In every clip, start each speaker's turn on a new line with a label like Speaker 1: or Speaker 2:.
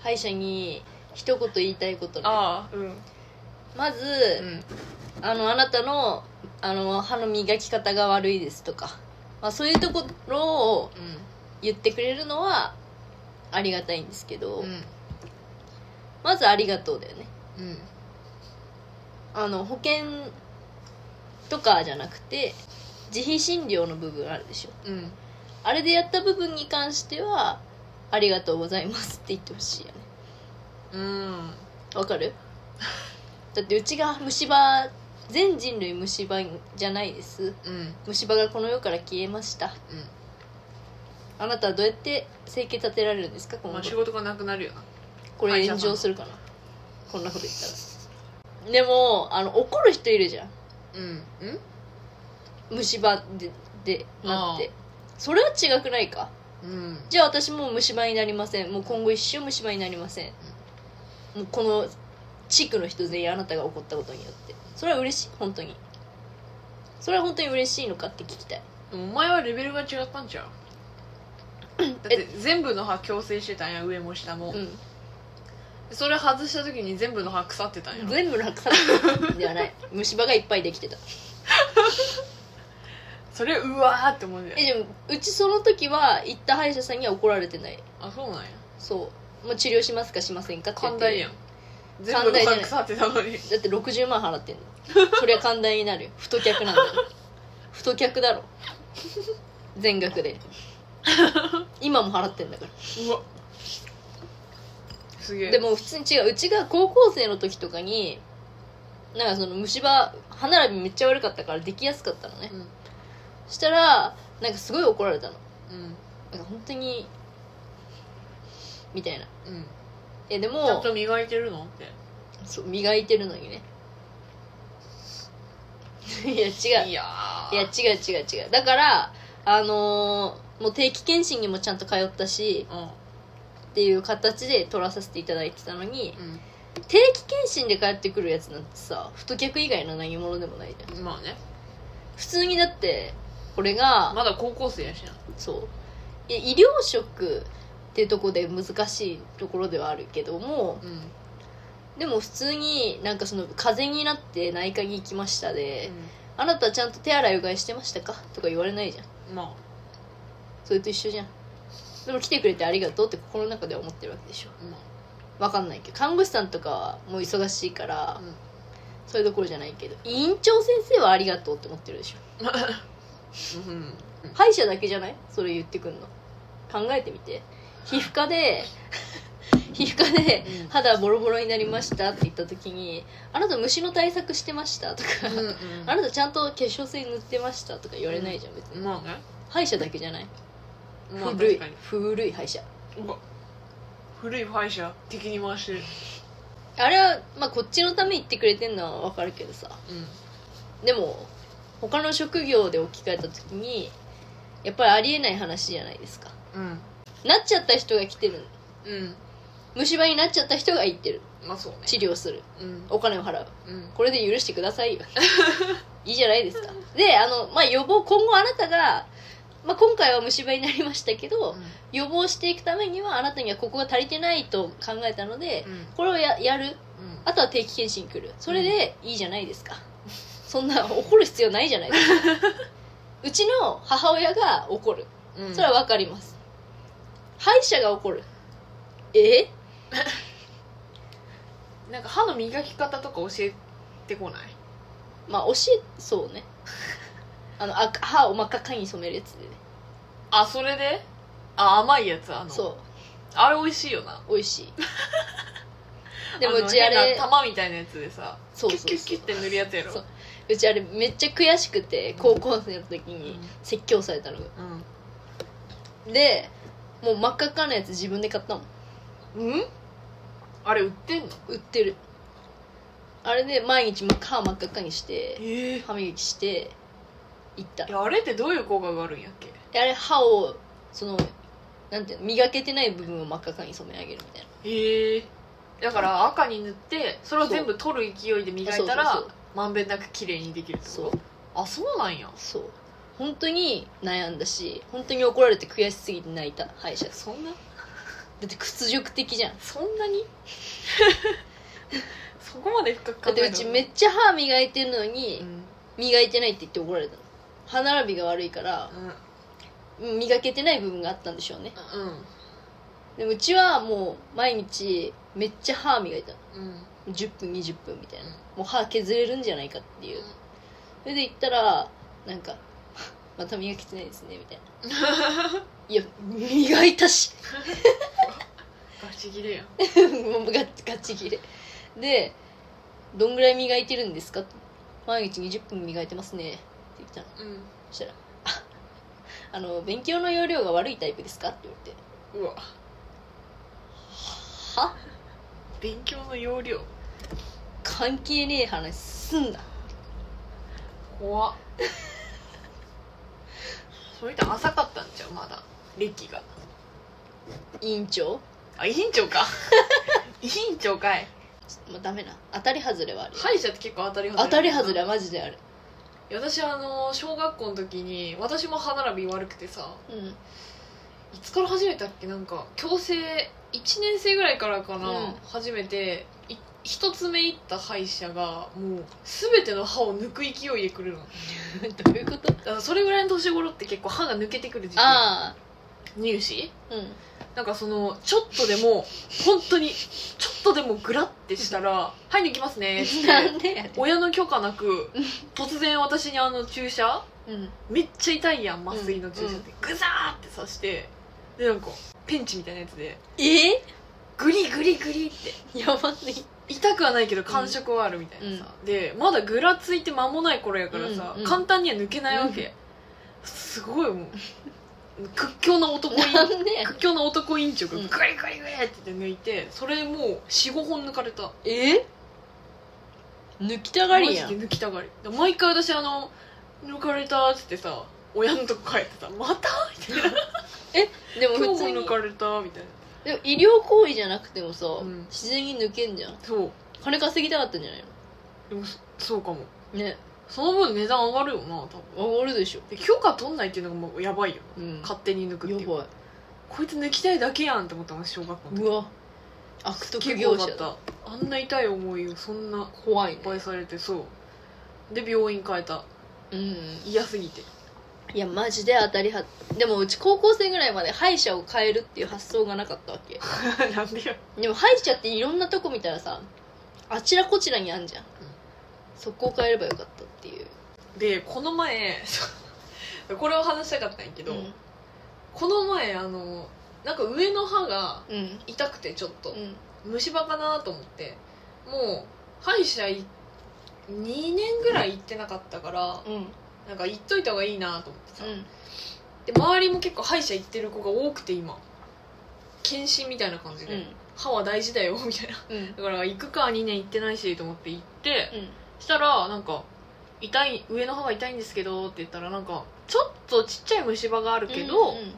Speaker 1: 歯医者に一言言いたいことね
Speaker 2: ああうん
Speaker 1: まず、
Speaker 2: うん
Speaker 1: あのあなたのあの歯の磨き方が悪いですとか、まあ、そういうところを言ってくれるのはありがたいんですけど、
Speaker 2: うん
Speaker 1: まず「ありがとう」だよね
Speaker 2: うん
Speaker 1: あの保険とかじゃなくて自費診療の部分あるでしょ
Speaker 2: うん
Speaker 1: あれでやった部分に関しては「ありがとうございます」って言ってほしいよね
Speaker 2: うん
Speaker 1: わかる だってうちが虫歯全人類虫歯じゃないです
Speaker 2: うん
Speaker 1: 虫歯がこの世から消えましたあなたはどうやって生計立てられるんですか
Speaker 2: う
Speaker 1: 今後
Speaker 2: んまあ仕事がなくなるよな
Speaker 1: これ炎上するかなこんなこと言ったらでもあの怒る人いるじゃん
Speaker 2: うんうん
Speaker 1: 虫歯ででなってそれは違くないか
Speaker 2: うん
Speaker 1: じゃあ私もう虫歯になりませんもう今後一生虫歯になりませんもうこの地区の人全員あなたが怒ったことによってそれは嬉しい本当にそれは本当に嬉しいのかって聞きたい
Speaker 2: でもお前はレベルが違ったんちゃうだって全部の歯矯正してたんや上も下も、
Speaker 1: う
Speaker 2: それ外した時に全部の歯腐ってたんや
Speaker 1: ん
Speaker 2: ろ
Speaker 1: 全部落札では ない虫歯がいっぱいできてた
Speaker 2: それうわーって思うんだよ
Speaker 1: えでもうちその時は行った歯医者さんには怒られてない
Speaker 2: あそうなんや
Speaker 1: そう、まあ、治療しますかしませんかって言っ
Speaker 2: 寛
Speaker 1: て
Speaker 2: 大やん全部の歯腐ってたのに
Speaker 1: だって60万払ってんのそりゃ寛大に なるよ太客なんだよ太客だろ全額 で今も払ってんだから
Speaker 2: うわすげえ
Speaker 1: でも普通に違ううちが高校生の時とかになんかその虫歯歯並びめっちゃ悪かったからできやすかったのね
Speaker 2: うん
Speaker 1: したらなんかすごい怒られたの
Speaker 2: うん
Speaker 1: なんか本当にみたいな
Speaker 2: うん
Speaker 1: えでも
Speaker 2: ちゃんと磨いてるのって
Speaker 1: そう磨いてるのにねいや違ういや
Speaker 2: いやー
Speaker 1: 違う違う違うだからあのーもう定期検診にもちゃんと通ったしっていう形で取らさせていただいてたのに
Speaker 2: う
Speaker 1: 定期検診で帰ってくるやつなんてさ太客以外の何者でもないじゃん
Speaker 2: んうんまあね
Speaker 1: 普通にだってこれが、
Speaker 2: まだ高校生やしな
Speaker 1: そういや医療職っていうところで難しいところではあるけども
Speaker 2: うん
Speaker 1: でも普通になんかその風邪になって内科に行きましたで、
Speaker 2: う
Speaker 1: あなたちゃんと手洗いうがいしてましたかとか言われないじゃん
Speaker 2: んま
Speaker 1: それと一緒じゃんでも来てくれてありがとうって心の中では思ってるわけでしょ
Speaker 2: あま
Speaker 1: わかんないけど看護師さんとかはもう忙しいから
Speaker 2: あ、うん
Speaker 1: そういうところじゃないけど院長先生はありがとうって思ってるでしょ
Speaker 2: うん
Speaker 1: 歯医者だけじゃないそれ言ってくんの考えてみて皮膚科 で皮膚科で
Speaker 2: うん
Speaker 1: 肌ボロボロになりましたって言った時に「あなた虫の対策してました」とか
Speaker 2: うんうん
Speaker 1: 「あなたちゃんと化粧水塗ってました」とか言われないじゃん別に
Speaker 2: まあね
Speaker 1: 歯医者だけじゃない
Speaker 2: まあ
Speaker 1: 古い
Speaker 2: 確かに
Speaker 1: 古い歯医者
Speaker 2: うわ古い歯医者敵に回してる
Speaker 1: あれは、まあ、こっちのため言ってくれてんのはわかるけどさでも他の職業で置き換えた時にやっぱりありえない話じゃないですか
Speaker 2: うんうん
Speaker 1: なっちゃった人が来てる
Speaker 2: うん
Speaker 1: 虫歯になっちゃった人が行ってる
Speaker 2: まあそうね
Speaker 1: 治療する
Speaker 2: うん
Speaker 1: お金を払う
Speaker 2: うん
Speaker 1: これで許してくださ いよいいじゃないですかであの、まあ、予防今後あなたが、まあ、今回は虫歯になりましたけど、予防していくためにはあなたにはここが足りてないと考えたので、
Speaker 2: うん
Speaker 1: これをややる
Speaker 2: うん
Speaker 1: あとは定期検診来るそれでいいじゃないですか、 そんな怒る必要ないじゃないですか うちの母親が怒る
Speaker 2: うん
Speaker 1: それは分かります、歯医者が怒るえ
Speaker 2: なんか歯の磨き方とか教えてこない
Speaker 1: まあ教えそう ねあのあ歯を真っ赤っかに染めるやつでね
Speaker 2: あそれであ甘いやつあの
Speaker 1: そ
Speaker 2: あれ美味しいよな
Speaker 1: う美味 しいでもうちあ
Speaker 2: の変
Speaker 1: れ
Speaker 2: な玉みたいなやつでさ
Speaker 1: そう
Speaker 2: キュ
Speaker 1: そ
Speaker 2: ッキ
Speaker 1: う
Speaker 2: ュッキ
Speaker 1: そ
Speaker 2: ュッって塗るやつやろ
Speaker 1: そうううちあれめっちゃ悔しくて高校生の時に説教されたのが
Speaker 2: うん
Speaker 1: でもう真っ赤っかなやつ自分で買ったもん
Speaker 2: うんあれ売ってんの
Speaker 1: 売ってるあれで毎日も歯真っ赤っかにして
Speaker 2: ええ
Speaker 1: 歯磨きして行った
Speaker 2: あれってどういう効果があるんやっけ
Speaker 1: であれ歯をそのなんていうの磨けてない部分を真っ赤っかに染め上げるみたいな
Speaker 2: ええだから赤に塗ってそれを全部取る勢いで磨いた
Speaker 1: そう
Speaker 2: ら
Speaker 1: そうそう
Speaker 2: まんべんなく綺麗にできるって
Speaker 1: そ
Speaker 2: こ
Speaker 1: う
Speaker 2: とあそうなんや
Speaker 1: そう本当に悩んだし本当に怒られて悔しすぎて泣いた歯医者
Speaker 2: そんな
Speaker 1: だって屈辱的じゃん
Speaker 2: そんなに そこまで深く考
Speaker 1: だ
Speaker 2: え
Speaker 1: っててうちめっちゃ歯磨いてんのに、
Speaker 2: うん
Speaker 1: 磨いてないって言って怒られたの歯並びが悪いから
Speaker 2: うん
Speaker 1: 磨けてない部分があったんでしょうね
Speaker 2: うん
Speaker 1: でもうちはもう毎日めっちゃ歯磨いたの
Speaker 2: うん
Speaker 1: 10分20分みたいな
Speaker 2: うん
Speaker 1: もう歯削れるんじゃないかっていううんそれで行ったらなんか 「また磨けてないですね」みたいな「いや磨いたし」
Speaker 2: ガチギレやん
Speaker 1: もうガッガチ切れで「どんぐらい磨いてるんですか?」毎日20分磨いてますね」って言ったの
Speaker 2: うん
Speaker 1: そしたら「ああ の勉強の要領が悪いタイプですか?」って言われて
Speaker 2: うわ
Speaker 1: 「は
Speaker 2: 勉強の要領
Speaker 1: 関係ねえ話すんな
Speaker 2: 怖っそれって浅かったんじゃうまだ歴が
Speaker 1: 委員長
Speaker 2: あ委員長 か委員長かい
Speaker 1: もうダメな当たり外れはあるよ
Speaker 2: 歯医者って結構当たり外れ
Speaker 1: 当たり外れはマジである
Speaker 2: いや私あの小学校の時に私も歯並び悪くてさ
Speaker 1: うん
Speaker 2: いつから始めたっけなんか矯正1年生ぐらいからかな、
Speaker 1: うん
Speaker 2: 始めてい一つ目行った歯医者がもう全ての歯を抜く勢いでくるのだ
Speaker 1: どういうこと
Speaker 2: からそれぐらいの年頃って結構歯が抜けてくる時期
Speaker 1: あ
Speaker 2: 入試
Speaker 1: あうん
Speaker 2: なんかそのちょっとでも本当にちょっとでもグラってしたら「はい抜きま すね」っつっ
Speaker 1: な
Speaker 2: て
Speaker 1: んでやねん
Speaker 2: 親の許可なく突然私にあの注射
Speaker 1: うん
Speaker 2: めっちゃ痛いやん麻酔の注射ってグザーって刺してでなんかペンチみたいなやつで
Speaker 1: え
Speaker 2: グリグリグリって
Speaker 1: やばね
Speaker 2: 痛くはないけど感触はあるみたいなさ、でまだぐらついて間もない頃やからさ、
Speaker 1: うんうん
Speaker 2: 簡単には抜けないわけ、すごいもう屈強な男に
Speaker 1: なんでやねん
Speaker 2: 屈強な男院長が
Speaker 1: う
Speaker 2: グ
Speaker 1: ん
Speaker 2: リグリグリって言って抜いてそれもう45本抜かれた
Speaker 1: え抜きたがりや
Speaker 2: マジ
Speaker 1: ん
Speaker 2: で抜きたがりだから毎回私あの抜かれたっつってさ親のとこ帰ってさ「また?」みたいな
Speaker 1: で
Speaker 2: 「
Speaker 1: も
Speaker 2: 今
Speaker 1: 普
Speaker 2: 日
Speaker 1: 通
Speaker 2: も
Speaker 1: に
Speaker 2: 抜かれた」みたい
Speaker 1: で
Speaker 2: な
Speaker 1: も医療行為じゃなくてもさ、
Speaker 2: ん
Speaker 1: 自然に抜けんじゃん
Speaker 2: そう
Speaker 1: 金稼ぎたかったんじゃない
Speaker 2: でもそそうかも
Speaker 1: のね
Speaker 2: その分値段上がるよな多分
Speaker 1: 上がるでしょ
Speaker 2: で許可取んないっていうのがもうやばいよな
Speaker 1: うん
Speaker 2: 勝手に抜くってい
Speaker 1: や
Speaker 2: う
Speaker 1: ばい
Speaker 2: こいつ抜きたいだけやんって思ったの小学校の時
Speaker 1: うわ悪徳
Speaker 2: 結
Speaker 1: 業
Speaker 2: 構だ
Speaker 1: 者
Speaker 2: っ
Speaker 1: だ
Speaker 2: たあんな痛い思いをそんな
Speaker 1: 怖い
Speaker 2: いっ
Speaker 1: ね
Speaker 2: ぱいされてそうで病院変えた
Speaker 1: うん
Speaker 2: 嫌すぎて
Speaker 1: いやマジで当たりはでもうち高校生ぐらいまで歯医者を変えるっていう発想 がなかったわけ
Speaker 2: なんでよ
Speaker 1: でも歯医者っていろんなとこ見たらさあちらこちらにあんじゃん、そこを変えればよかったっていう
Speaker 2: でこの前 これを話したかったんやけど、
Speaker 1: うん
Speaker 2: この前あのなんか上の歯が
Speaker 1: うん
Speaker 2: 痛くてちょっと
Speaker 1: う、ん
Speaker 2: 虫歯かなと思ってもう歯医者い2年ぐらい行ってなかったから、
Speaker 1: うん
Speaker 2: なんか行っといた方がいいなと思ってさ、
Speaker 1: うん
Speaker 2: で周りも結構歯医者行ってる子が多くて今検診みたいな感じで、歯は大事だよみたいな
Speaker 1: うん
Speaker 2: だから行くか2年行ってないしと思って行って
Speaker 1: うん
Speaker 2: したらなんか痛い上の歯が痛いんですけどって言ったらなんかちょっとちっちゃい虫歯があるけど、
Speaker 1: うんうん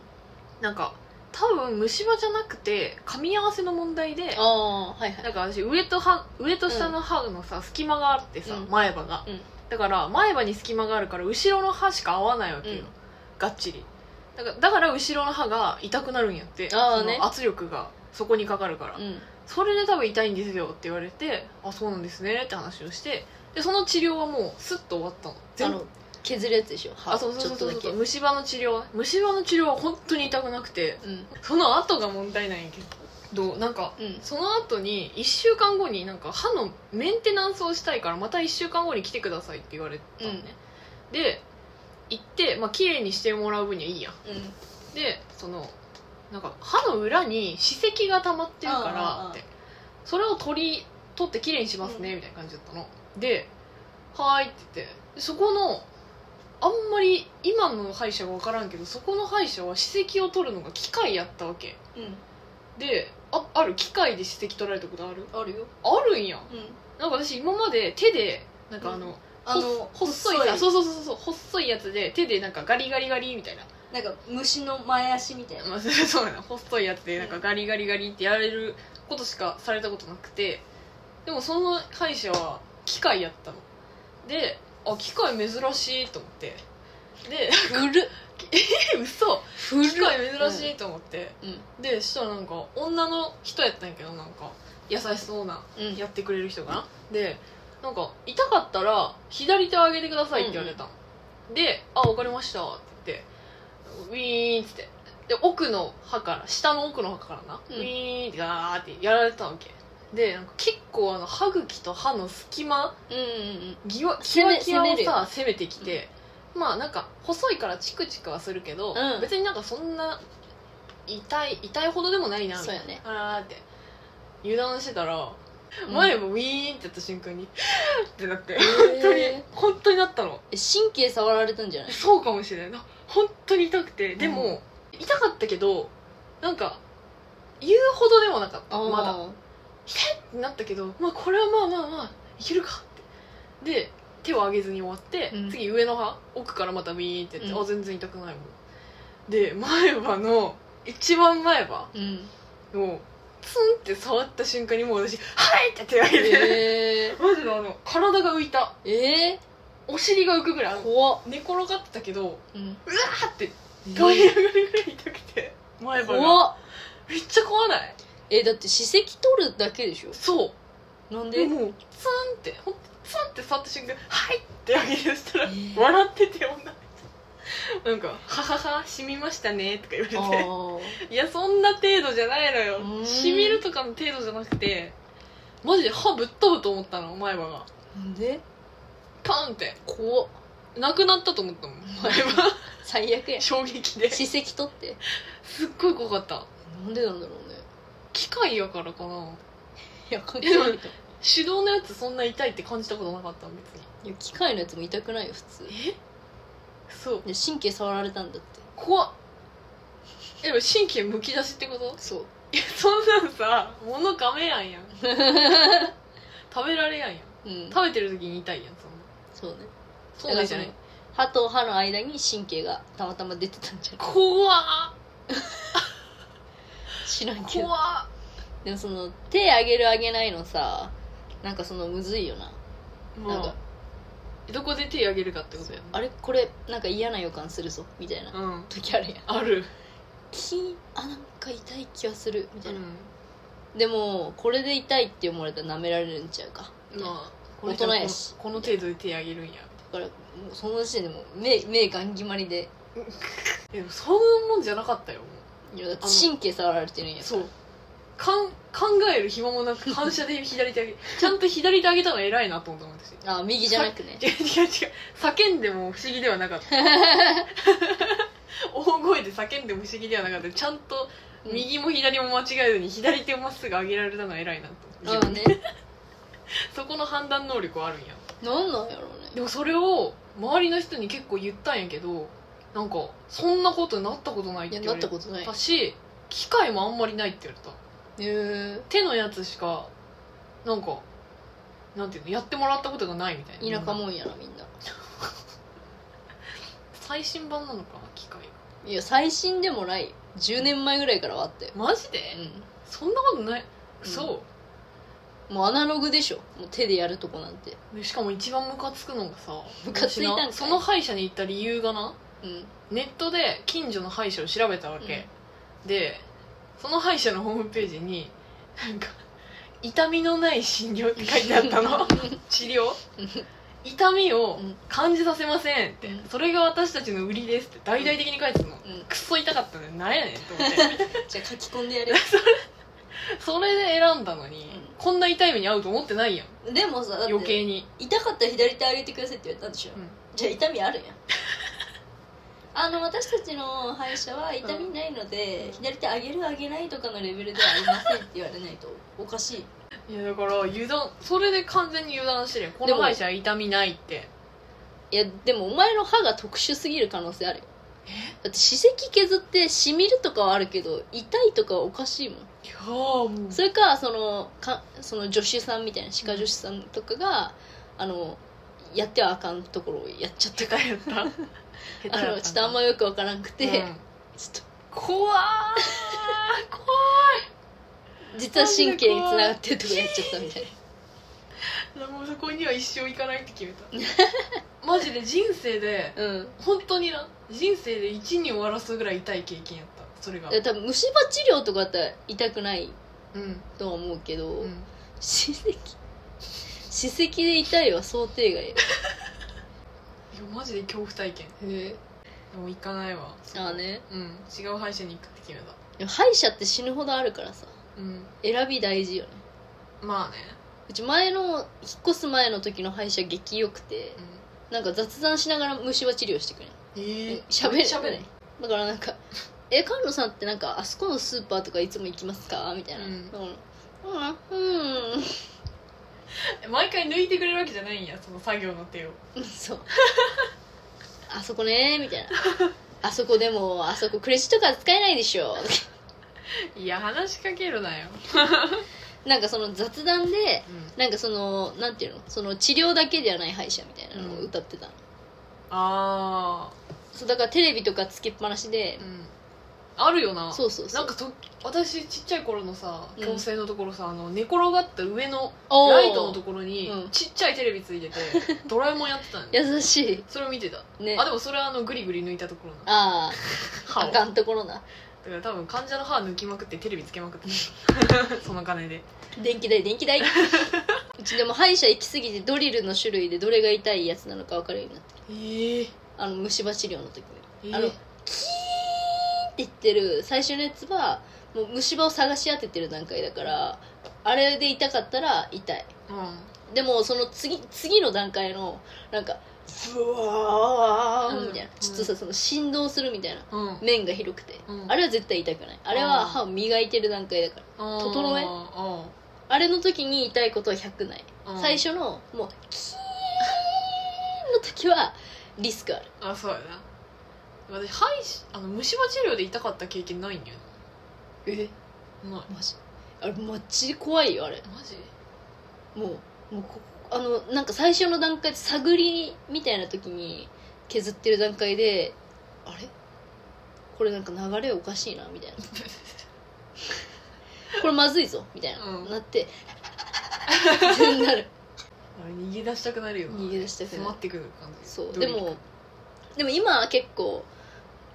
Speaker 2: なんか多分虫歯じゃなくて噛み合わせの問題で
Speaker 1: ああはいはい
Speaker 2: なんか私上と歯上と下の歯のさ、隙間があってさ、
Speaker 1: うん
Speaker 2: 前歯が、
Speaker 1: うん
Speaker 2: だから前歯に隙間があるから後ろの歯しか合わないわけよ、
Speaker 1: うん
Speaker 2: がっちりだからだから後ろの歯が痛くなるんやって
Speaker 1: あーね
Speaker 2: その圧力がそこにかかるから、
Speaker 1: うん
Speaker 2: それで多分痛いんですよって言われてあそうなんですねって話をしてでその治療はもうスッと終わったの
Speaker 1: あ
Speaker 2: 全部
Speaker 1: の削るやつでしょ歯
Speaker 2: あそうそうそうそう
Speaker 1: ちょっとだけ
Speaker 2: 虫歯の治療虫歯の治療は本当に痛くなくて
Speaker 1: うん
Speaker 2: その後が問題なんやけどなんか
Speaker 1: うん
Speaker 2: その後に1週間後になんか歯のメンテナンスをしたいからまた1週間後に来てくださいって言われたのね、で行ってまあ綺麗にしてもらう分にはいいやん
Speaker 1: うん
Speaker 2: でそのなんか歯の裏に歯石が溜まってるか
Speaker 1: あああ
Speaker 2: ら
Speaker 1: あ
Speaker 2: ってそれを取り取って綺麗にしますねみたいな感じだったの、で「はーい」って言ってでそこのあんまり今の歯医者が分からんけどそこの歯医者は歯石を取るのが機械やったわけ
Speaker 1: うん
Speaker 2: であある機械で歯石取られたことある
Speaker 1: あるよ
Speaker 2: あるんや
Speaker 1: うん
Speaker 2: なんか私今まで手でなんかあの、
Speaker 1: あの
Speaker 2: ほ細い
Speaker 1: 細い
Speaker 2: あそうそうそうそう細いやつで手でなんかガリガリガリみたいな、
Speaker 1: なんか虫の前足みたいな
Speaker 2: まあ、 そうなの細いやつでなんかガリガリガリってやれることしかされたことなくてでもその歯医者は機械やったのであ機械珍しいと思ってで
Speaker 1: ぐるっ
Speaker 2: きえ嘘
Speaker 1: 古
Speaker 2: 機械珍しいと思って、
Speaker 1: うん
Speaker 2: でそしたらなんか女の人やったんやけどなんか優しそうな
Speaker 1: うん
Speaker 2: やってくれる人かなでなんか痛かったら左手を上げてくださいって言われたの、で「あ分かりました」って言ってウィーンっつってで奥の歯から下の奥の歯からな、
Speaker 1: うん
Speaker 2: ウィーンってガーってやられてたわけでなんか結構あの歯茎と歯の隙間
Speaker 1: うんうん
Speaker 2: ぎわキ
Speaker 1: 攻
Speaker 2: ワ
Speaker 1: め
Speaker 2: キ
Speaker 1: 攻
Speaker 2: ワを
Speaker 1: めるよ
Speaker 2: さ攻めてきて、まあなんか細いからチクチクはするけど、
Speaker 1: うん
Speaker 2: 別になんかそんな痛い痛いほどでもないなみたいな
Speaker 1: そうやね
Speaker 2: あーって油断してたら
Speaker 1: うん
Speaker 2: 前もウィーンってやった瞬間に ってなって
Speaker 1: 本
Speaker 2: 本当に本当になったの
Speaker 1: 神経触られたんじゃない
Speaker 2: そうかもしれないな本当に痛くてでも、痛かったけどなんか言うほどでもなかったまだなったけど、まあ、これはまあまあまあいけるかってで手を上げずに終わって、
Speaker 1: うん
Speaker 2: 次上の歯奥からまたビーンってやって、
Speaker 1: うん
Speaker 2: あ全然痛くないもんで前歯の一番前歯
Speaker 1: うん
Speaker 2: をツンって触った瞬間にもう私「はい!」って手を挙げて、
Speaker 1: え
Speaker 2: マジであの体が浮いた
Speaker 1: ー、え
Speaker 2: お尻が浮くぐらいあ
Speaker 1: ー、
Speaker 2: の
Speaker 1: 怖っ、
Speaker 2: 寝転がってたけど
Speaker 1: うん、
Speaker 2: パーって倒れ上がるぐらい痛くて前歯が
Speaker 1: 怖っ
Speaker 2: めっちゃ怖ない
Speaker 1: えだって歯石取るだけでしょ
Speaker 2: そう
Speaker 1: なん
Speaker 2: で
Speaker 1: で
Speaker 2: もうツンってほんとツンって触った瞬間「はい!」ってあげるしたら、
Speaker 1: えー
Speaker 2: 笑ってて女の人なんか「はははしみましたね」とか言
Speaker 1: あ
Speaker 2: われ
Speaker 1: ー
Speaker 2: て「いやそんな程度じゃないの
Speaker 1: うー
Speaker 2: よ
Speaker 1: ん
Speaker 2: しみるとかの程度じゃなくてマジで歯ぶっ飛ぶと思ったの前歯が
Speaker 1: なんで
Speaker 2: パンって
Speaker 1: 怖っ
Speaker 2: なくなったと思ったもん前 歯
Speaker 1: 最悪や
Speaker 2: 衝撃で
Speaker 1: 歯石取って
Speaker 2: すっごい怖かった
Speaker 1: なんでなんだろうね
Speaker 2: 機械やからかない
Speaker 1: や関係ないと
Speaker 2: 手動のやつそんな痛いって感じたことなかった別
Speaker 1: いや機械のやつも痛くないよ普通
Speaker 2: にえそう
Speaker 1: で神経触られたんだって
Speaker 2: 怖っえ神経むき出しってこと
Speaker 1: そう
Speaker 2: いやそんなんさ物噛めや んやん食べられやんやん
Speaker 1: うん
Speaker 2: 食べてる時に痛いやんそんな
Speaker 1: そうね
Speaker 2: そうなんじゃない
Speaker 1: だからその歯と歯の間に神経がたまたま出てたんじゃない
Speaker 2: 怖っ
Speaker 1: 知らんけど
Speaker 2: 怖っ
Speaker 1: でもその手あげるあげないのさなんかそのむずいよな
Speaker 2: な
Speaker 1: なんん
Speaker 2: か
Speaker 1: か
Speaker 2: どこで手あげるかってことや
Speaker 1: あれこれなんか嫌な予感するぞみたいな
Speaker 2: なうん
Speaker 1: 時あるやん
Speaker 2: ある
Speaker 1: キーンあなんか痛い気がするみたいな、
Speaker 2: ん
Speaker 1: でもこれで痛いって思われたら舐められるんちゃうか
Speaker 2: まあ
Speaker 1: 大人やし
Speaker 2: このこの程度で手あげるんや
Speaker 1: だからもうその時点でもう目目がん決まりで
Speaker 2: でもそういうもんじゃなかったよも
Speaker 1: いやだって
Speaker 2: あの
Speaker 1: 神経触られてるんや
Speaker 2: う
Speaker 1: から
Speaker 2: そうかん考える暇もなく反射で左 手あげちゃんと左手あげたの偉いなと思ったもん私
Speaker 1: あ右じゃなくね
Speaker 2: 違う違う違う叫んでも不思議ではなか った大声で叫んでも不思議ではなかったちゃんと右も左も間違えずに左手をまっすぐ上げられたのは偉いなと
Speaker 1: うんあ
Speaker 2: 思っ
Speaker 1: あ
Speaker 2: て、
Speaker 1: ね
Speaker 2: そこの判断能力はあるんや
Speaker 1: なんなんやろうね
Speaker 2: でもそれを周りの人に結構言ったんやけどなんかそんなことなったことないっ
Speaker 1: い
Speaker 2: て
Speaker 1: や
Speaker 2: 言わ
Speaker 1: な
Speaker 2: れ
Speaker 1: ったたことないへ
Speaker 2: し機械もあんまりないって言われた
Speaker 1: え
Speaker 2: 手のやつしかなんかなんていうのやってもらったことがないみたいな
Speaker 1: 田舎もんやなみんな
Speaker 2: 最新版なのかな機械
Speaker 1: いや最新でもないよ10年前ぐらいからはあったよ
Speaker 2: マジで、
Speaker 1: う
Speaker 2: そんなことない
Speaker 1: うん
Speaker 2: そ
Speaker 1: んもうアナログでしょもう手でやるとこなんて
Speaker 2: う、でしかも一番ムカつくのがさ
Speaker 1: ムカついたんかい
Speaker 2: 私なその歯医者に行った理由がな
Speaker 1: うん
Speaker 2: ネットで近所の歯医者を調べたわけ、でその歯医者のホームページになんか「痛みのない診療」って書いてあっ たの治療痛みを
Speaker 1: うん
Speaker 2: 感じさせませんって、
Speaker 1: うん
Speaker 2: それが私たちの売りですって大々的に書いてたの、
Speaker 1: うん
Speaker 2: くっそ痛かったねなんやねんと思って
Speaker 1: じゃあ書き込んでや れ
Speaker 2: それで選んだのに、
Speaker 1: うん
Speaker 2: こんな痛い目に遭うと思ってないやん
Speaker 1: でもさだって
Speaker 2: 余計に
Speaker 1: 痛かったら左手上げてくださいって言われたんでしょ、
Speaker 2: うん
Speaker 1: じゃあ痛み あるやんあの私たちの歯医者は痛みないので、
Speaker 2: うん
Speaker 1: 左手上げる上げないとかのレベルではありませんって言われないとおかしい
Speaker 2: いやだから油断それで完全に油断してるよこの歯医者は痛みないって
Speaker 1: いやでもお前の歯が特殊すぎる可能性あるよだって歯石削ってしみるとかはあるけど痛いとかはおかしいもん
Speaker 2: いやーもう
Speaker 1: それかそのかその助手さんみたいな歯科助手さんとかが、あのやってはあかんところをやっちゃったか
Speaker 2: 下
Speaker 1: ら
Speaker 2: 手やった下手
Speaker 1: あ
Speaker 2: や
Speaker 1: のちょっとあんまよくわからんくて、
Speaker 2: う
Speaker 1: ち
Speaker 2: ん
Speaker 1: ょっ
Speaker 2: 怖ー怖
Speaker 1: と実は神経につながってるとかやっちゃったみたいな
Speaker 2: もうそこには一生行かないって決 めたマジで人生で
Speaker 1: うん
Speaker 2: 本当にな人生で1に終わらすぐらい痛い経験やったそれが
Speaker 1: いや多分虫歯治療とかだったら痛くない
Speaker 2: うん、
Speaker 1: とは思うけど、
Speaker 2: うん、
Speaker 1: 歯石歯石で痛いは想定外よ
Speaker 2: いやマジで恐怖体験
Speaker 1: へ
Speaker 2: でも行かないわ
Speaker 1: ああね
Speaker 2: うん違う歯医者に行くって決めた
Speaker 1: でも歯医者って死ぬほどあるからさ
Speaker 2: うん
Speaker 1: 選び大事よね
Speaker 2: まあね
Speaker 1: うち前の引っ越す前の時の歯医者激良くてなんか雑談しながら虫歯治療してくれる
Speaker 2: うんえ
Speaker 1: 喋れ
Speaker 2: しゃべれ
Speaker 1: だからなんか 「え菅野さんってなんかあそこのスーパーとかいつも行きますか?」みたいな「
Speaker 2: う
Speaker 1: うんんうんうん
Speaker 2: 毎回抜いてくれるわけじゃないんやその作業の手を
Speaker 1: そうあそこねみたいな あそこでもあそこクレジットカード使えないでしょ
Speaker 2: いや話しかけるなよ
Speaker 1: なんかその雑談で
Speaker 2: うん
Speaker 1: なんかそのなんていうのその治療だけではない歯医者みたいなのを歌ってたの、
Speaker 2: ああ
Speaker 1: そうだからテレビとかつけっぱなしで
Speaker 2: う、んあるよな
Speaker 1: そうそうそう
Speaker 2: なんかと私ちっちゃい頃のさ
Speaker 1: うん
Speaker 2: 矯正のところさ、あの寝転がった上の
Speaker 1: おー
Speaker 2: ライトのところに
Speaker 1: うん
Speaker 2: ちっちゃいテレビつい てて、ドラえもんやってたんよ
Speaker 1: 優し
Speaker 2: それを見てた、
Speaker 1: いね
Speaker 2: あでもそれはあのグリグリ抜いたところな
Speaker 1: ああ
Speaker 2: 歯
Speaker 1: あ
Speaker 2: を
Speaker 1: かんところな
Speaker 2: だから多分患者の歯抜きまくってテレビつけまくってた その金で
Speaker 1: 電気代電気 代うちでも歯医者行き過ぎてドリルの種類でどれが痛いやつなのか分かるようになってる
Speaker 2: ええ
Speaker 1: あの虫歯治療の時に
Speaker 2: え
Speaker 1: あのって言ってる最初のやつはもう虫歯を探し当ててる段階だからあれで痛かったら痛いでもその次次の段階のなんかふわーみたいな、
Speaker 2: うん
Speaker 1: ちょっとさその振動するみたいな
Speaker 2: うんうん
Speaker 1: 面が広くて、
Speaker 2: うん
Speaker 1: あれは絶対痛くないあれは歯を磨いてる段階だから整え
Speaker 2: え
Speaker 1: あれの時に痛いことは100ない最初のもうキーンの時はリスクある
Speaker 2: あそうやな私歯医師あの虫歯治療で痛かった経験ないんだよ
Speaker 1: え
Speaker 2: なない
Speaker 1: マジあれマジ怖いよあれ
Speaker 2: マジ
Speaker 1: もうもうこあのなんか最初の段階で探りみたいな時に削ってる段階であれこれなんか流れおかしいなみたいなこれまずいぞみたいな、
Speaker 2: うん
Speaker 1: なって ってなる
Speaker 2: あれ逃げ出したくなるよな
Speaker 1: 逃げ出したくなる
Speaker 2: 迫ってくる感じ
Speaker 1: そう
Speaker 2: どい
Speaker 1: でもでも今は結構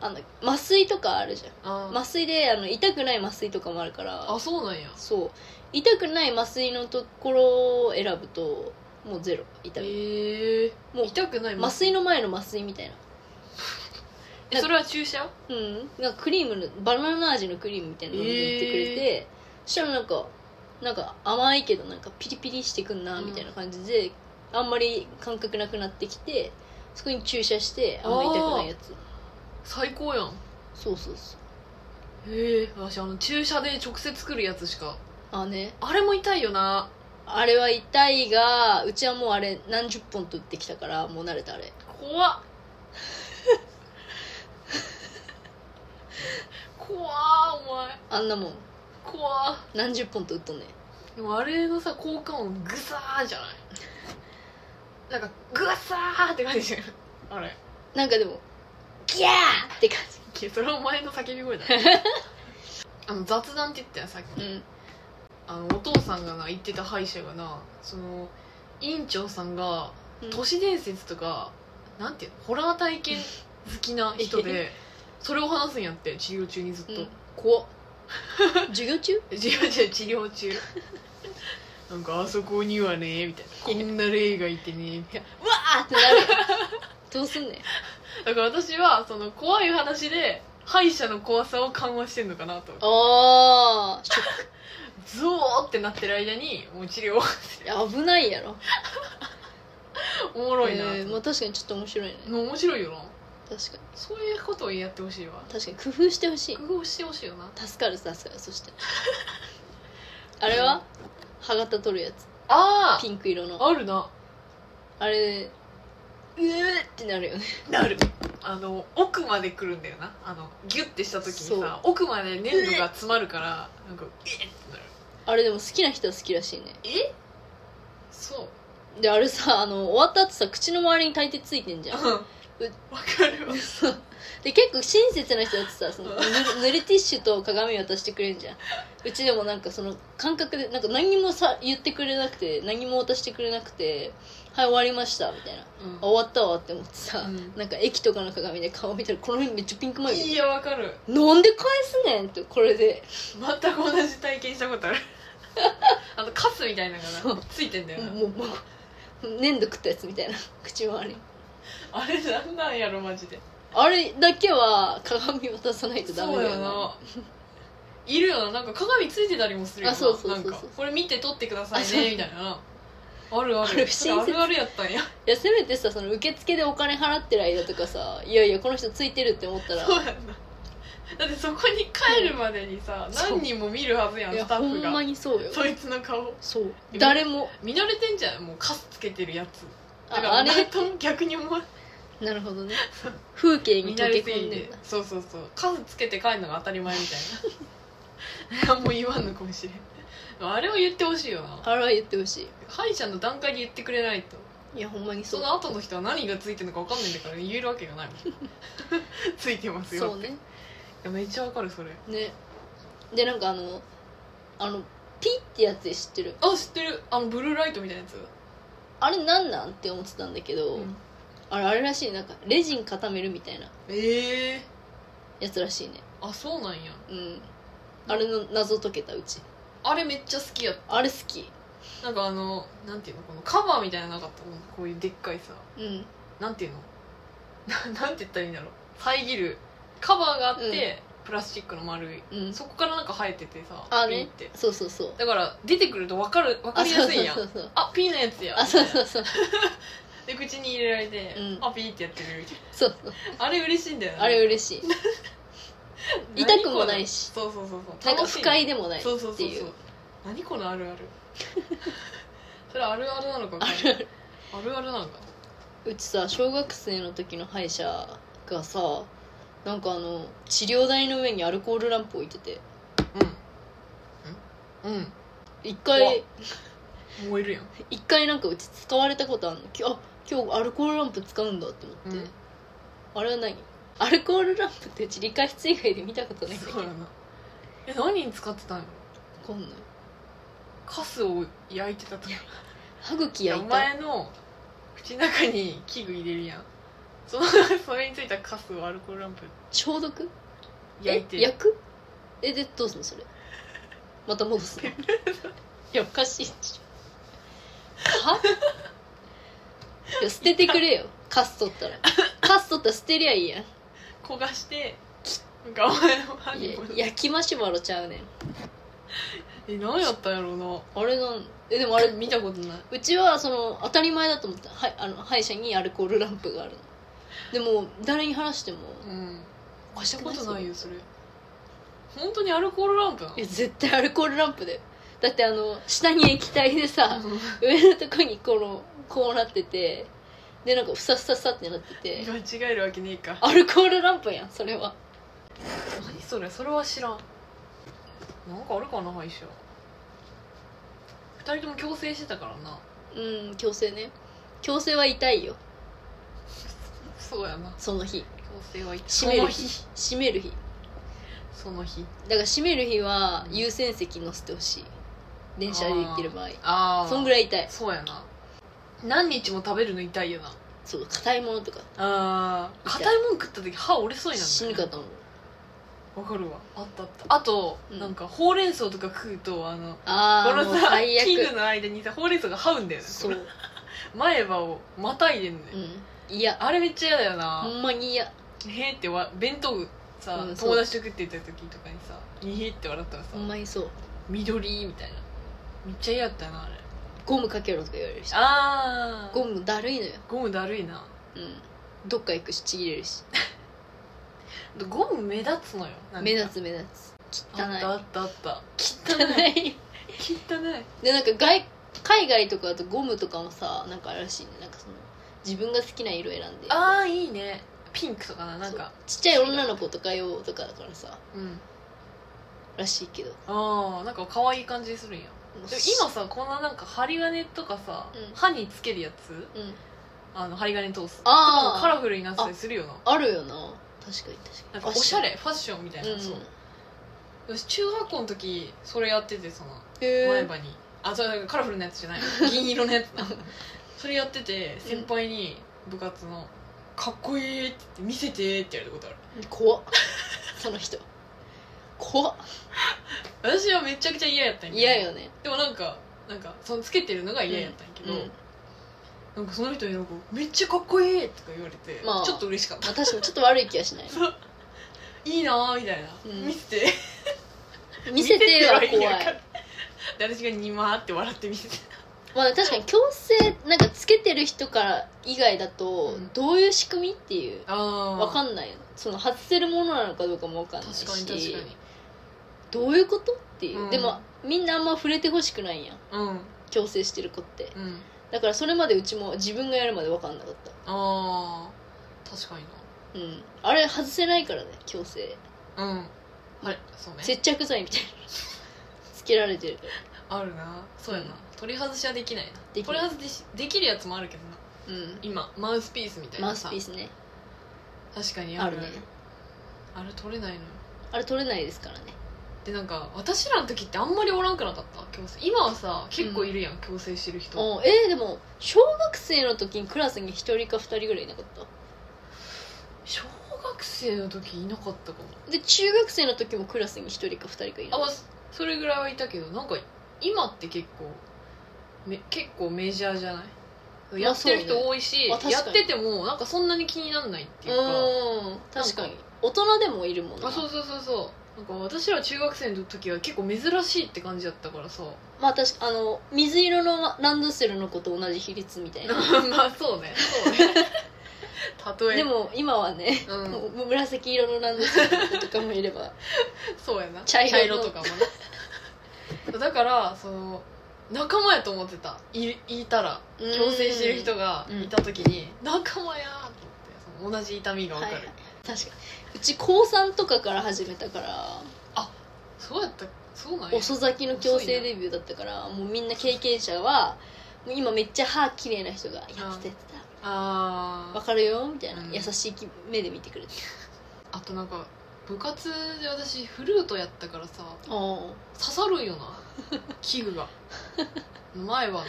Speaker 1: あの麻酔とかあるじゃん
Speaker 2: あー
Speaker 1: 麻酔であの痛くない麻酔とかもあるから
Speaker 2: あそうなんや
Speaker 1: そう痛くない麻酔のところを選ぶともうゼロ痛み、
Speaker 2: ええ
Speaker 1: もう
Speaker 2: 痛くない
Speaker 1: 麻酔の前の麻酔みたいな
Speaker 2: えそれは注射
Speaker 1: うんなんかクリームのバナナ味のクリームみたいなのを塗ってくれて、そしたらなんかなんか甘いけどなんかピリピリしてくんな
Speaker 2: うん
Speaker 1: みたいな感じで、あんまり感覚なくなってきてそこに注射してあんまり痛くないやつ
Speaker 2: 最高やん
Speaker 1: そうそうそう
Speaker 2: ええ私あの注射で直接くるやつしか
Speaker 1: あね
Speaker 2: あれも痛いよな
Speaker 1: あれは痛いがうちはもうあれ何十本と打ってきたからもう慣れたあれ
Speaker 2: 怖 っ怖っお前
Speaker 1: あんなもん
Speaker 2: 怖っ
Speaker 1: 何十本と打っとんねん
Speaker 2: でもあれのさ効果音グサーじゃないなんかグサーって感じじゃんあれ
Speaker 1: なんかでもギャーって感
Speaker 2: いやそれはお前の叫び 声だあの雑談って言ったよさっき
Speaker 1: じうん
Speaker 2: あのお父さんがな言ってた歯医者がなその院長さんが都市伝説とか、なんていうのホラー体験好きな人 でそれを話すんやって治療中にずっと、
Speaker 1: うん
Speaker 2: 怖っ
Speaker 1: 授業中
Speaker 2: 治療中治療中 なんかあそこにはねみたいなこんな霊がいてねみたいな
Speaker 1: うわーってなるよどうすんねん
Speaker 2: だから私はその怖い話で歯医者の怖さを緩和してんのかなと
Speaker 1: あーシ
Speaker 2: ゾーってなってる間にもう治 療
Speaker 1: ョック危ないやろ
Speaker 2: おもろいな、
Speaker 1: えーまあ、確かにちょっと面白いね
Speaker 2: 面白いよな
Speaker 1: 確か
Speaker 2: そういうことをやってほしいわ
Speaker 1: に確かに工夫してほしい
Speaker 2: 工夫してほしいよな
Speaker 1: 助かる助かるそしてあれは歯型取るやつ
Speaker 2: あ
Speaker 1: ピンク色の
Speaker 2: ああるな
Speaker 1: あれうーってなるよね
Speaker 2: なるあの奥まで来るんだよなあのギュッてした時に
Speaker 1: そう
Speaker 2: さ奥まで粘土が詰まるからなんかえっってなる
Speaker 1: あれでも好きな人は好きらしいね
Speaker 2: えそう
Speaker 1: であれさあの終わった後さ口の周りに大抵ついてんじゃん
Speaker 2: わかるわ
Speaker 1: そうで結構親切な人だってさそのぬぬれティッシュと鏡渡してくれるじゃんうちでもなんかその感覚でなんか何もさ言ってくれなくて何も渡してくれなくて「はい終わりました」みたいな「あ終わったわ」って思ってさ、
Speaker 2: うん
Speaker 1: なんか駅とかの鏡で顔見たらこの辺めっちゃピンクまみれ
Speaker 2: いやわかる
Speaker 1: なんで返すねんってこれで
Speaker 2: 全く同じ体験し たことあるあのカスみたいなのがなついてんだよな、
Speaker 1: もうもう粘土食ったやつみたいな口周り
Speaker 2: あれなんなんやろマジで
Speaker 1: あれだけは鏡渡さないとダメだよな
Speaker 2: そうやないるよななんか鏡ついてたりもするよな
Speaker 1: あそうそうそう
Speaker 2: なん
Speaker 1: そう
Speaker 2: かこれ見て撮ってください
Speaker 1: あそう
Speaker 2: ねみたいなあるあ
Speaker 1: あ
Speaker 2: る
Speaker 1: れ不親切
Speaker 2: あるあるやったんや
Speaker 1: いやせめてさその受付でお金払ってる間とかさいやいやこの人ついてるって思ったら
Speaker 2: そうやんなだってそこに帰るまでにさ、
Speaker 1: ん
Speaker 2: 何人も見るはずやん
Speaker 1: いや
Speaker 2: スタ
Speaker 1: ほ
Speaker 2: ッ
Speaker 1: ん
Speaker 2: フ
Speaker 1: ま
Speaker 2: が
Speaker 1: にそうよ
Speaker 2: そいつの顔
Speaker 1: そう誰も
Speaker 2: 見慣れてんじゃんもうカスつけてるやつだから
Speaker 1: ああ
Speaker 2: あ
Speaker 1: れ
Speaker 2: れとも逆に思わ
Speaker 1: なるほどね風景に
Speaker 2: 見
Speaker 1: 溶
Speaker 2: 慣
Speaker 1: け
Speaker 2: れす
Speaker 1: 込
Speaker 2: ぎ
Speaker 1: んでる
Speaker 2: て
Speaker 1: んだ
Speaker 2: そうそうそう数つけて帰るのが当たり前 みたいな何も言わんのかもしれんあれを言ってほしいよな
Speaker 1: あれは言ってほし
Speaker 2: 歯医者の段階で言ってくれないと
Speaker 1: いいやほんまにそ
Speaker 2: そうの後の人は何がついてるのか分かんないんだから言えるわけがな いもんついてますよ
Speaker 1: そうね
Speaker 2: いやめっちゃわかるそれ
Speaker 1: ねでなんかあのあのピッてやつ知ってる
Speaker 2: あ知ってるあのブルーライトみたいなやつ、
Speaker 1: あれなんなんって思ってたんだけど、あれあれらしいなんかレジン固めるみたいな
Speaker 2: ええ
Speaker 1: やつらしいね
Speaker 2: あそうなんや
Speaker 1: うんあれの謎解けたうち
Speaker 2: あれめっちゃ好きやった
Speaker 1: あれ好き
Speaker 2: なんかあのなんていうのこのカバーみたいなのなかったなんかこういうでっかいさ
Speaker 1: うん
Speaker 2: なんていうの ななんて言ったらいいんだろう遮るカバーがあって、プラスチックの丸い
Speaker 1: うん
Speaker 2: そこからなんか生えててさ
Speaker 1: あ
Speaker 2: ピン
Speaker 1: ね
Speaker 2: って
Speaker 1: そうそうそう
Speaker 2: だから出てくると分かる分かりやすいやんあ
Speaker 1: そうそうそうそう
Speaker 2: ピーのやつや
Speaker 1: あそうそうそう
Speaker 2: で口に入れられて、
Speaker 1: うん
Speaker 2: あピーってやってるみたい
Speaker 1: そうそう
Speaker 2: なあれ嬉しいんだよね
Speaker 1: あれ嬉しい痛くもないし
Speaker 2: 何このそうそうそうそ
Speaker 1: な
Speaker 2: うん
Speaker 1: か不快でもない
Speaker 2: そうそう
Speaker 1: って
Speaker 2: そう
Speaker 1: い
Speaker 2: そうう何このある あるそれあるあるなのか分かんない
Speaker 1: あるある
Speaker 2: あるあるなのか
Speaker 1: うちさ小学生の時の歯医者がさなんかあの治療台の上にアルコールランプ置いてて
Speaker 2: うんうん
Speaker 1: 一
Speaker 2: うわ
Speaker 1: 回
Speaker 2: 燃えるやん、
Speaker 1: 一回なんかうち使われたことあるのきあ今日アルコールランプ使うんだって思って、
Speaker 2: うん
Speaker 1: あれは何アルコールランプってうち理科室以外で見たことないんだけど
Speaker 2: そうやなえ何に使ってたんやろ
Speaker 1: こんない
Speaker 2: カスを焼いてたとか
Speaker 1: 歯茎
Speaker 2: いや
Speaker 1: 焼い
Speaker 2: お
Speaker 1: た
Speaker 2: 前の口の中に器具入れるやんその それについたカスをアルコールランプ
Speaker 1: 消毒
Speaker 2: 焼いて
Speaker 1: え焼くえでどうすんのそれまた戻すの いやおかしいでしょはいや捨ててくれよカス取った らカス取ったら捨てりゃいいやん
Speaker 2: 焦がしてなんかお前の歯
Speaker 1: い
Speaker 2: に
Speaker 1: や
Speaker 2: こう
Speaker 1: 焼きマシュマロちゃうねん
Speaker 2: え何やったんやろうな
Speaker 1: あれなんえでも
Speaker 2: あ
Speaker 1: あ
Speaker 2: れ
Speaker 1: れ
Speaker 2: 見たことないう
Speaker 1: ちはその当たり前だと思ってたはいあの歯医者にアルコールランプがあるのでも誰に話しても
Speaker 2: うん
Speaker 1: おかし
Speaker 2: した
Speaker 1: く
Speaker 2: ことない
Speaker 1: よ
Speaker 2: よそれ本当にアルコールランプなの
Speaker 1: いや絶対アルコールランプだよだってあの下に液体でさ、
Speaker 2: う
Speaker 1: 上のとこにこのこうなっててでなんかふさふさふさってなってて
Speaker 2: ん 間違えるわけねえか
Speaker 1: アルコールランプやんそれは
Speaker 2: 何それそれは知らんなんかあるかな歯医者二人とも矯正してたからな
Speaker 1: うん矯正ね矯正は痛いよ
Speaker 2: そうやな
Speaker 1: その日
Speaker 2: 矯正は痛い
Speaker 1: 閉める日閉める日
Speaker 2: その日
Speaker 1: だから閉める日は優先席乗せてほしい電車で行ってる場合
Speaker 2: ああ
Speaker 1: そんぐ
Speaker 2: らい
Speaker 1: らい痛い
Speaker 2: そうやな何日も食べるの痛いよな
Speaker 1: そう硬いものとか
Speaker 2: ああ
Speaker 1: 痛い
Speaker 2: 硬いもん食った時歯折れそうになる
Speaker 1: 死ぬかと思う
Speaker 2: わかるわあったあったあと、
Speaker 1: うん
Speaker 2: なんかほうれん草とか食うとあの
Speaker 1: あ
Speaker 2: こ
Speaker 1: あも
Speaker 2: の
Speaker 1: う
Speaker 2: さ
Speaker 1: 最
Speaker 2: 器具
Speaker 1: 悪
Speaker 2: の間にさほうれん草が這うんだよね
Speaker 1: そう
Speaker 2: この前歯をまたいでんね、
Speaker 1: うんいや
Speaker 2: あれめっちゃ嫌だよな
Speaker 1: ほ、んまに嫌
Speaker 2: へーってわ弁当さ、
Speaker 1: うんそう
Speaker 2: 友達と食ってた時とかにさにへーって笑ったらさ
Speaker 1: ほんまにそう
Speaker 2: 緑みたいなめっちゃ嫌だったなあれ
Speaker 1: ゴムかけろとか言われるし
Speaker 2: あー
Speaker 1: ゴムだるいのよ
Speaker 2: ゴムだるいな
Speaker 1: うんどっか行くしちぎれるし
Speaker 2: ゴム目立つのよなんか
Speaker 1: 目立つ目立つ汚
Speaker 2: あったあったあった汚い
Speaker 1: い汚い
Speaker 2: 汚い
Speaker 1: でなんか外海外とかだとゴムとかもさなんかあるらしいねなんかその自分が好きな色選んで
Speaker 2: ああいいねピンクとかななん
Speaker 1: そ
Speaker 2: か
Speaker 1: うちっちゃい女の子とか用とかだからさ
Speaker 2: うん
Speaker 1: らしいけどで
Speaker 2: ああなんか可愛い感じするんや
Speaker 1: も
Speaker 2: でも今さこんななんか針金とかさ、
Speaker 1: うん
Speaker 2: 歯につけるやつ
Speaker 1: うん
Speaker 2: あの針金通す
Speaker 1: あー
Speaker 2: とかもカラフルになってたりするよな
Speaker 1: あるよな確かに確かに
Speaker 2: なんかおしゃれファッションみたいな、
Speaker 1: うん
Speaker 2: そう私中学校の時それやっててその前
Speaker 1: へ
Speaker 2: 歯にあそれカラフルなや つじゃない銀色のやつだそれやってて先輩に部活の「かっこいい」って言って見せてって言われたことある
Speaker 1: え怖 っその人怖っ
Speaker 2: 私はめちゃくちゃ嫌やったんやけど
Speaker 1: 嫌よね
Speaker 2: でもなんかなんかそのつけてるのが嫌やったんやけど、
Speaker 1: うん
Speaker 2: なんかその人になんか「めっちゃかっこいい」とか言われて、
Speaker 1: まあ
Speaker 2: ちょっと嬉しかった
Speaker 1: まあ確かにちょっと悪い気は しない
Speaker 2: いいなーみたいな、
Speaker 1: うん
Speaker 2: 見せて
Speaker 1: 見せては怖い
Speaker 2: 見せは意味わかんないで私がにまーって笑って見せて
Speaker 1: まあ確かに強制なんかつけてる人から以外だと
Speaker 2: うん
Speaker 1: どういう仕組みっていう
Speaker 2: ああ
Speaker 1: わか
Speaker 2: ん
Speaker 1: んないよその外せるものなのかどうかもわかんないし
Speaker 2: 確かに確かに
Speaker 1: どういうことっていう、
Speaker 2: うん
Speaker 1: でもみんなあんま触れてほしくないやん
Speaker 2: うん
Speaker 1: 強制してる子って
Speaker 2: うん
Speaker 1: だからそれまでうちも自分がやるまで分かんなかった
Speaker 2: あー確かに
Speaker 1: うんあれ外せないからね強制
Speaker 2: なうんあれそうね
Speaker 1: 接着剤みたいなつけられてるから
Speaker 2: あるなそうやな、
Speaker 1: うん
Speaker 2: 取り外しはできないな
Speaker 1: できない
Speaker 2: 取り外しできるやつもあるけどな
Speaker 1: うん
Speaker 2: 今マウスピースみたい
Speaker 1: マウ
Speaker 2: な
Speaker 1: ス
Speaker 2: さ
Speaker 1: ピースね
Speaker 2: 確かにあ
Speaker 1: あ
Speaker 2: る
Speaker 1: るね
Speaker 2: あれ取れないのよ
Speaker 1: あれ取れないですからね
Speaker 2: でなんか私らの時ってあんまりおらんくなかった強制今はさ結構いるやん、強制してる人
Speaker 1: おえー、でも小学生の時にクラスに1人か2人ぐらいいなかった
Speaker 2: 小学生の時いなかったかも
Speaker 1: で中学生の時もクラスに1人か2人かいな
Speaker 2: あ
Speaker 1: か
Speaker 2: ま
Speaker 1: っ
Speaker 2: あそれぐらいはいたけどなんか今って結構め結構メジャーじゃない、
Speaker 1: あ
Speaker 2: やってる人多いし、
Speaker 1: まあ確
Speaker 2: や
Speaker 1: かに
Speaker 2: っててもなんかそんなに気にならないって
Speaker 1: た
Speaker 2: いううか
Speaker 1: ーん確かに大人でもいるもんな
Speaker 2: あそうそうそうそうなんか私ら中学生の時は結構珍しいって感じだったから さ
Speaker 1: まあ確かあの水色のランドセルの子と同じ比率みたいな
Speaker 2: まあそうねそうね 例え
Speaker 1: でも今はね、
Speaker 2: うん
Speaker 1: もう紫色のランドセルの子とかもいれば
Speaker 2: そうやな
Speaker 1: 茶色の
Speaker 2: とかもね だからその仲間やと思ってたいいたら
Speaker 1: うん
Speaker 2: 強制してる人がいた時に仲間やーと思ってその同じ痛みが
Speaker 1: は
Speaker 2: 分
Speaker 1: い
Speaker 2: か
Speaker 1: は
Speaker 2: る、
Speaker 1: い確かにうち高3とかから始めたから
Speaker 2: そうやったそうなんや
Speaker 1: 遅咲きの強制デビューだったからもうみんな経験者はもう今めっちゃ歯綺麗な人が「やってたやって
Speaker 2: あ
Speaker 1: たわ
Speaker 2: ー
Speaker 1: かるよ」みたいな、
Speaker 2: うん
Speaker 1: 優しい目で見てくれて
Speaker 2: あとなんか部活で私フルートやったからさ
Speaker 1: あ
Speaker 2: 刺さるんよな器具が前はの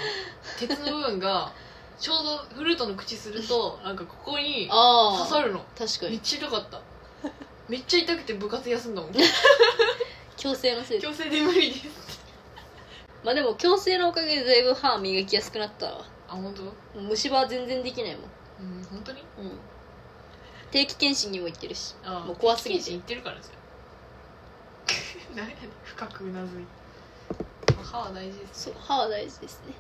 Speaker 2: 鉄の部分がちょうどフルートの口するとなんかここに
Speaker 1: あ
Speaker 2: 刺さるの
Speaker 1: 確か
Speaker 2: めっ
Speaker 1: に
Speaker 2: ちゃ痛かっためっちゃ痛くて部活休ん だもん
Speaker 1: 強制のせいで
Speaker 2: 強制で無理です
Speaker 1: まあでも強制のおかげでだいぶ歯磨きやすくなったわ
Speaker 2: あ本当う
Speaker 1: もう虫歯は全然できないもん、
Speaker 2: ん本当に
Speaker 1: うん、定期検診にも行ってるし
Speaker 2: あ
Speaker 1: もう怖すぎて
Speaker 2: 言ってるからじ ゃん何やねん深くうなずい歯は大事です
Speaker 1: そう歯は大事ですね